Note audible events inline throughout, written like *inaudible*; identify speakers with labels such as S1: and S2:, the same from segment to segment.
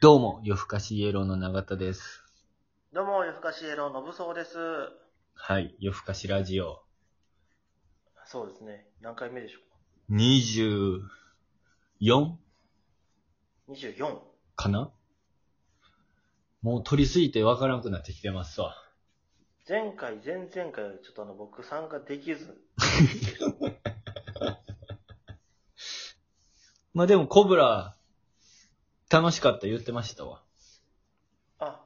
S1: どうも、夜更かしイエローの永田です。
S2: どうも、夜更かしエロのぶそうです。
S1: はい、夜更かしラジオ。
S2: そうですね。何回目でしょ
S1: 24?
S2: う ?24。
S1: かなもう取りすぎてわからんくなってきてますわ。
S2: 前回、前々回、ちょっとあの、僕参加できず。
S1: まあでも、コブラ、楽しかった言ってましたわ。
S2: あ、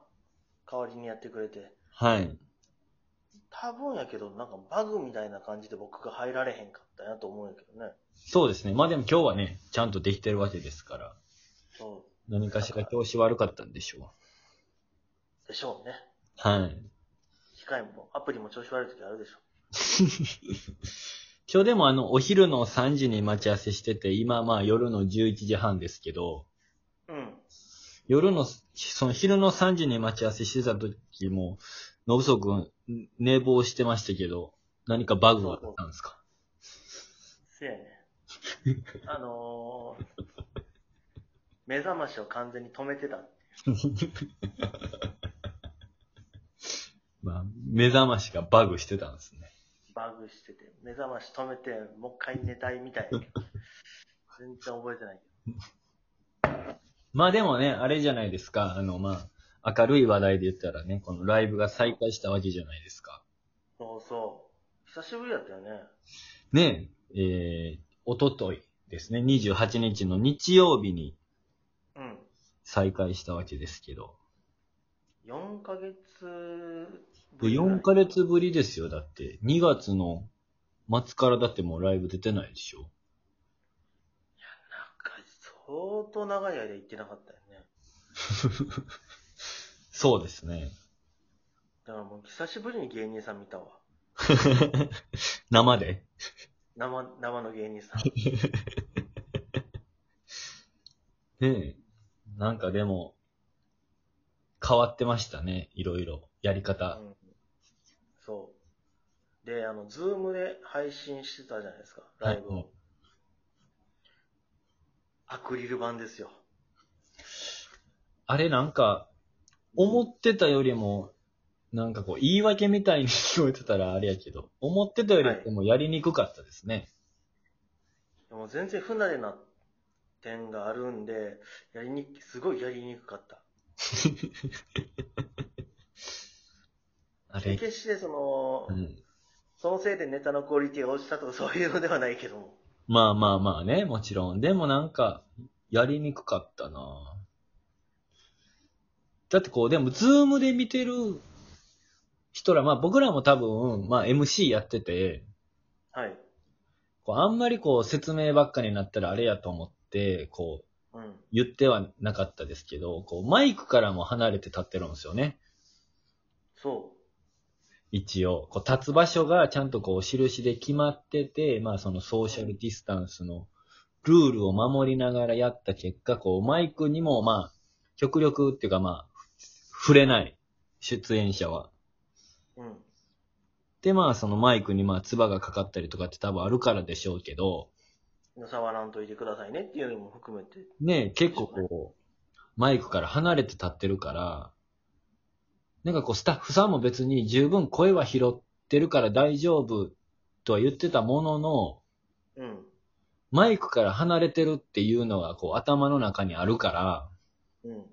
S2: 代わりにやってくれて。
S1: はい。
S2: 多分やけど、なんかバグみたいな感じで僕が入られへんかったなと思うんやけどね。
S1: そうですね。まあでも今日はね、ちゃんとできてるわけですから。
S2: そ
S1: 何かしら調子悪かったんでしょ
S2: う。でしょうね。
S1: う。はい。
S2: 機械も、アプリも調子悪い時あるでしょ。
S1: 今日でもあの、お昼の3時に待ち合わせしてて、今まあ夜の11時半ですけど、
S2: うん。
S1: 夜の、その昼の3時に待ち合わせしてた時も、のぶそくん、寝坊してましたけど、何かバグがあったんですか
S2: せやね。 *laughs* あのー、目覚ましを完全に止めてた。
S1: まあ、目覚ましがバグしてたんですね。
S2: バグしてて、目覚まし止めて、もう一回寝たいみたい *laughs* な。全然覚えてない。
S1: まあでもね、あれじゃないですか。あの、まあ、明るい話題で言ったらね、このライブが再開したわけじゃないですか。
S2: そうそう。久しぶりだったよね。
S1: ねえ、えー、おとといですね、28日の日曜日に
S2: うん。
S1: 再開したわけですけど。
S2: 4ヶ月
S1: で、
S2: ぶりぐらい
S1: 4ヶ月ぶりですよ、だって。2月の末からだってもうライブ出てないでしょ。
S2: なんか、相当長い間行ってなかったよね。
S1: そうです
S2: *laughs*
S1: ね。
S2: だからもう久しぶりに芸人さん見たわ。
S1: 生で。
S2: 生、生の芸人 *laughs* さん。
S1: ねえ。なんかでも、変わってましたね、いろいろ。やり方
S2: う。ん、そう。で、あの、ズームで配信してたじゃないですか、ライブを。
S1: はい
S2: アクリル板ですよ。
S1: あれなんか、思ってたよりも、なんかこう、言い訳みたいに聞こえてたらあれやけど、思ってたよりもやりにくかったですね。
S2: でも全然不慣れな点があるんで、やりに、すごいやりにくかった。
S1: あ
S2: で
S1: れ、
S2: 決してその、
S1: うん。
S2: そのせいでネタのクオリティが落ちたとかそういうのではないけども。
S1: まあまあまあね、もちろん。でもなんか、やりにくかったなだってこう、でも、ズームで見てる人ら、まあ僕らも多分、まあ MC やってて、
S2: はい。
S1: こうあんまりこう説明ばっかになったらあれやと思って、こう、
S2: うん。
S1: 言ってはなかったですけど、こう、マイクからも離れて立ってるんですよね。
S2: そ
S1: 一応。こう、立つ場所がちゃんとこう、印で決まってて、まあそのソーシャルディスタンスのルールを守りながらやった結果、こう、マイクにもまあ、極力っていうかまあ、触れない。出演者は。
S2: う。うん。
S1: で、まあそのマイクにまあ、唾がかかったりとかって多分あるからでしょうけど、
S2: の触らんといてくださいねっていうのも含めて。
S1: ね、結構こう、マイクから離れて立ってるから、なんかこうスタッフさんも別に十分声は拾ってるから大丈夫とは言ってたものの、
S2: うん。
S1: マイクから離れてるっていうのがこう頭の中にあるから、
S2: うん。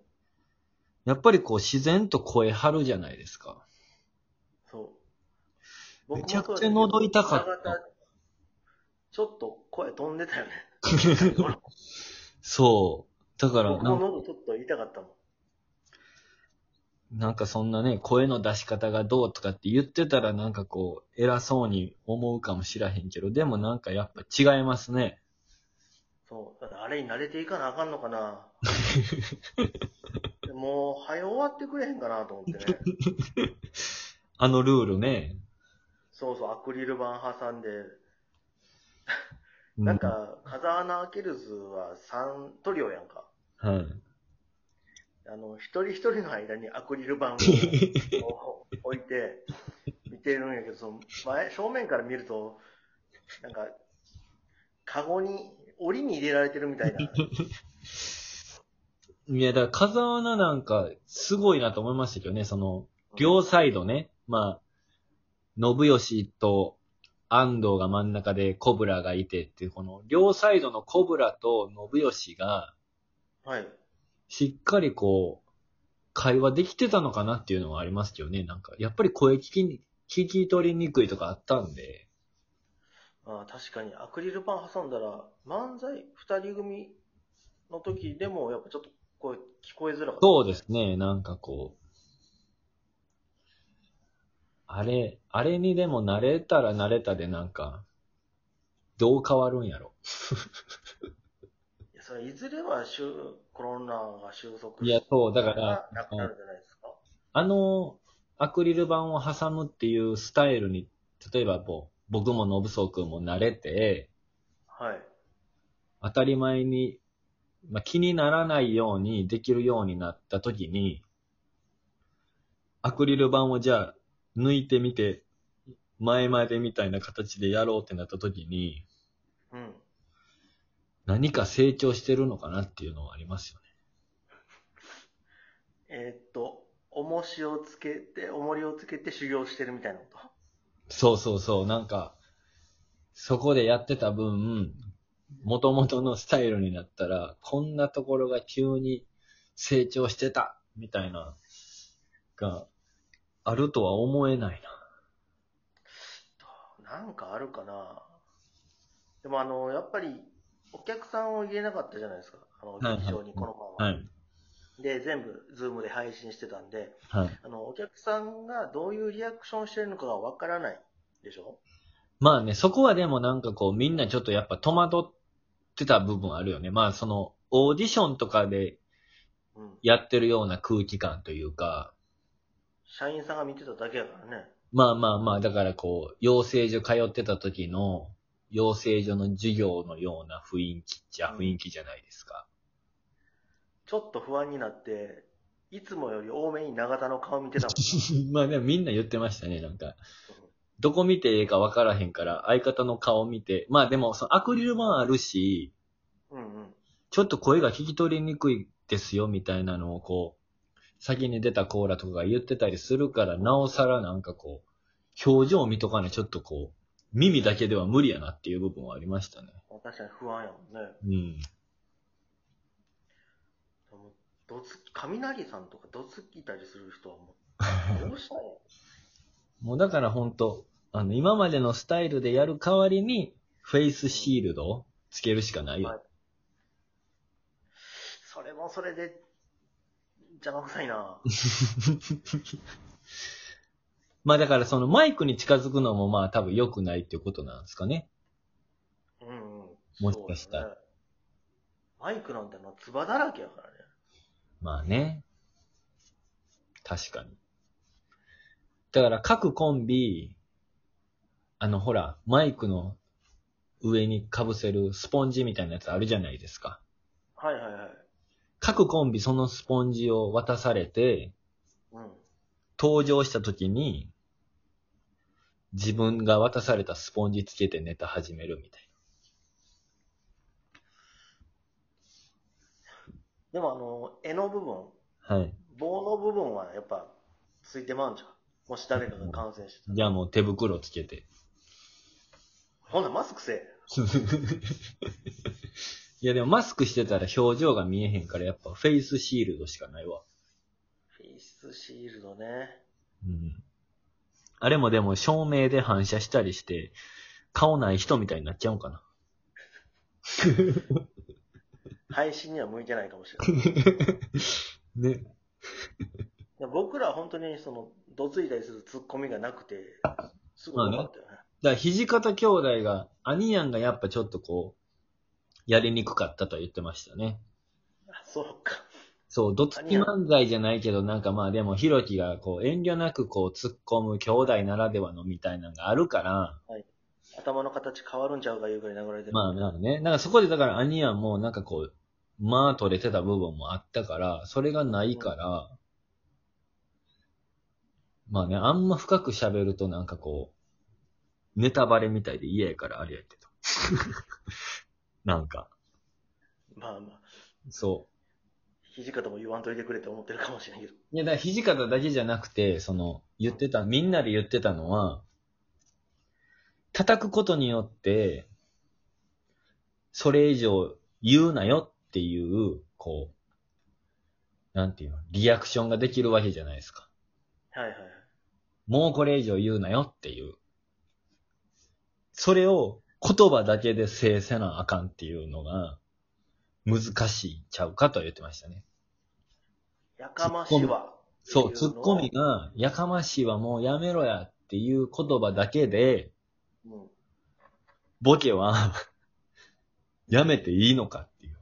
S1: やっぱりこう自然と声張るじゃないですか。 *laughs*
S2: そう。
S1: めちゃくちゃ喉痛かった
S2: 僕もそうだけどななちょっと声飛んでたよね。
S1: そう。だから
S2: 僕
S1: な
S2: も
S1: ん、
S2: 喉ちょっと痛かったもん。
S1: なんかそんなね、声の出し方がどうとかって言ってたらなんかこう、偉そうに思うかもしらへんけど、でもなんかやっぱ違いますね。
S2: そう。だからあれに慣れていかなあかんのかな。もう、早終わってくれへんかなと思ってね。
S1: あのルールね。
S2: そうそう、アクリル板挟んで、
S1: う
S2: なん、か、風穴開ける図は3トリオやんか。
S1: はい。
S2: あの、一人一人の間にアクリル板をこう置いて、見てるんやけど、その前、正面から見ると、なんか、カゴに、檻に入れられてるみたいな。
S1: いや、だから風穴なんか、すごいなと思いましたけどね、その、両サイドね、まあ、信義と安藤が真ん中でコブラがいてっていう、この両サイドのコブラと信義が、
S2: はい。
S1: しっかりこう、会話できてたのかなっていうのはありますけどね、なんか、やっぱり声聞きに、聞き取りにくいとかあったんで、
S2: あー確かに、アクリル板挟んだら、漫才二人組の時でも、やっぱちょっと声聞こえづらかった。
S1: そうですね、なんかこう、あれ、あれにでも慣れたら慣れたでなんか、どう変わるんやろ。
S2: いやそれいずれは収コロナが収束
S1: いやそうだから
S2: なくなるじゃないですか。
S1: あの、アクリル板を挟むっていうスタイルに、例えばこう、僕も信宗君も慣れて、
S2: はい。
S1: 当たり前に、まあ、気にならないようにできるようになった時に、アクリル板をじゃあ抜いてみて、前までみたいな形でやろうってなった時に、
S2: うん。
S1: 何か成長してるのかなっていうのはありますよね。
S2: えーっと、重しをつけて、重りをつけて修行してるみたいなこと。
S1: そうそうそう、なんか、そこでやってた分、元々のスタイルになったら、こんなところが急に成長してた、みたいな、が、あるとは思えないな。
S2: なんかあるかな。でもあの、やっぱり、お客さんを入れなかったじゃないですか。あの、
S1: はいはい
S2: 劇場にこのまま。
S1: はい。
S2: で、全部、ズームで配信してたんで、
S1: はい。
S2: あの、お客さんがどういうリアクションしてるのかがわからないでしょ
S1: まあね、そこはでもなんかこう、みんなちょっとやっぱ戸惑ってた部分あるよね。まあその、オーディションとかで
S2: うん。
S1: やってるような空気感というか、
S2: 社員さんが見てただけやからね。
S1: まあまあまあ、だからこう、養成所通ってた時の、養成所の授業のような雰囲気じゃ、
S2: うん
S1: 雰囲気じゃないですか。 *laughs*
S2: ちょっと不安になって、いつもより多めに永田の顔見てたもん。
S1: まあでもみんな言ってましたね、なんか。どこ見てええか分からへんから、相方の顔見て。まあでも、そのアクリル板あるし、 *laughs*
S2: うんうん。
S1: ちょっと声が聞き取りにくいですよ、みたいなのをこう、先に出たコーラとかが言ってたりするから、なおさらなんかこう、表情を見とかね、ちょっとこう、耳だけでは無理やなっていう部分はありましたね。
S2: 確かに不安やもんね。
S1: うん。
S2: でもどつき、雷さんとかどつきたりする人はも
S1: *laughs*
S2: う、どうしたらいいの
S1: もうだから本当あの、今までのスタイルでやる代わりに、フェイスシールドをつけるしかないよ。
S2: はいそれもそれで、邪魔くさ
S1: *laughs*
S2: いな。
S1: まあだからそのマイクに近づくのもまあ多分良くないっていうことなんですかね。
S2: うんうん。
S1: もしかしたら
S2: そうだねマイクなんてのはつばだらけやからね。
S1: まあね。確かに。だから各コンビ、あのほら、マイクの上に被せるスポンジみたいなやつあるじゃないですか。
S2: はいはいはい。
S1: 各コンビそのスポンジを渡されて、
S2: うん。
S1: 登場した時に、自分が渡されたスポンジつけてネタ始めるみたい
S2: でもあの、絵の部分、
S1: な。はい。
S2: 棒の部分はやっぱ、ついてまうんじゃん。もし誰かが感染してたら。
S1: じゃあもう手袋つけて。 *laughs*
S2: ほんならマスクせえ。
S1: いやでもマスクしてたら表情が見えへんからやっぱフェイスシールドしかないわ。
S2: フェイスシールドね。
S1: うん。あれもでも照明で反射したりして、顔ない人みたいになっちゃうんかな。
S2: 配信には向いてないかもしれない。い
S1: ね。
S2: や僕らは本当にその、どついたりするツッコミがなくて、すごい良かったよね。
S1: だから、土方兄弟が、アニヤンがやっぱちょっとこう、やりにくかったとは言ってましたね。
S2: あそうか。
S1: そう、どつき漫才じゃないけど、なんかまあでも、ひろきがこう、遠慮なくこう、突っ込む兄弟ならではのみたいなのがあるから、
S2: 頭の形変わるんちゃうかいうぐらい流れてる。
S1: まあなんかね、なんかそこでだから、兄はもうなんかこう、まあ取れてた部分もあったから、それがないから、まあね、あんま深く喋るとなんかこう、ネタバレみたいで嫌やからあれやけど。 *laughs* なんか、
S2: まあまあ。
S1: そう。
S2: 肘方も言わんといてくれって思ってるかもしれんけど。
S1: いや、だから土方だけじゃなくて、その、言ってた、みんなで言ってたのは、叩くことによって、それ以上言うなよっていう、こう、なんていうの、リアクションができるわけじゃないですか。
S2: はいはいはい。
S1: もうこれ以上言うなよっていう。それを言葉だけで制せなあかんっていうのが難しいんちゃうかと言ってましたね。
S2: やかましは。
S1: そう、ツッコミ。が、やかましいはもうやめろやっていう言葉だけで、
S2: うん。
S1: ボケは、 *laughs* やめていいのかっていう。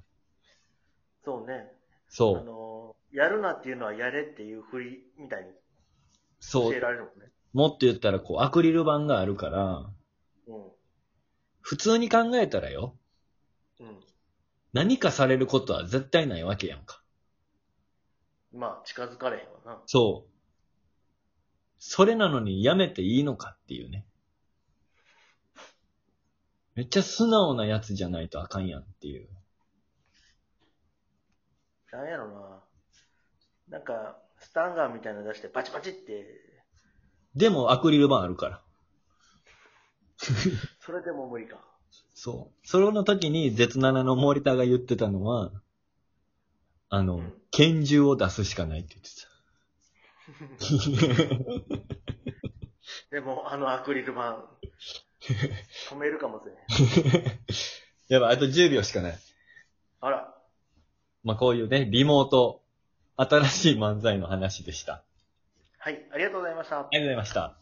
S2: そうね。あ
S1: そう、
S2: のー、やるなっていうのはやれっていうふりみたいに
S1: そ
S2: 教え
S1: う、
S2: られるもんね。
S1: もっと言ったらこう、アクリル板があるから、普通に考えたらよ、
S2: うん。うん。
S1: 何かされることは絶対ないわけやんか。
S2: まあ、近づかれへんわな。
S1: そう。それなのにやめていいのかっていうね。めっちゃ素直なやつじゃないとあかんやんっていう。
S2: なんやろな。なんか、スタンガンみたいなの出してバチバチって、
S1: でもアクリル板あるから。
S2: それでも無理か。
S1: そう。それの時に絶7の森田が言ってたのは、あの、拳銃を出すしかないって言ってた。
S2: でも、あのアクリル板、止めるかもしれん。
S1: やばい、あと10秒しかない。
S2: あら、
S1: まあ、こういうね、リモート、新しい漫才の話でした。
S2: はい、ありがとうございました。
S1: ありがとうございました。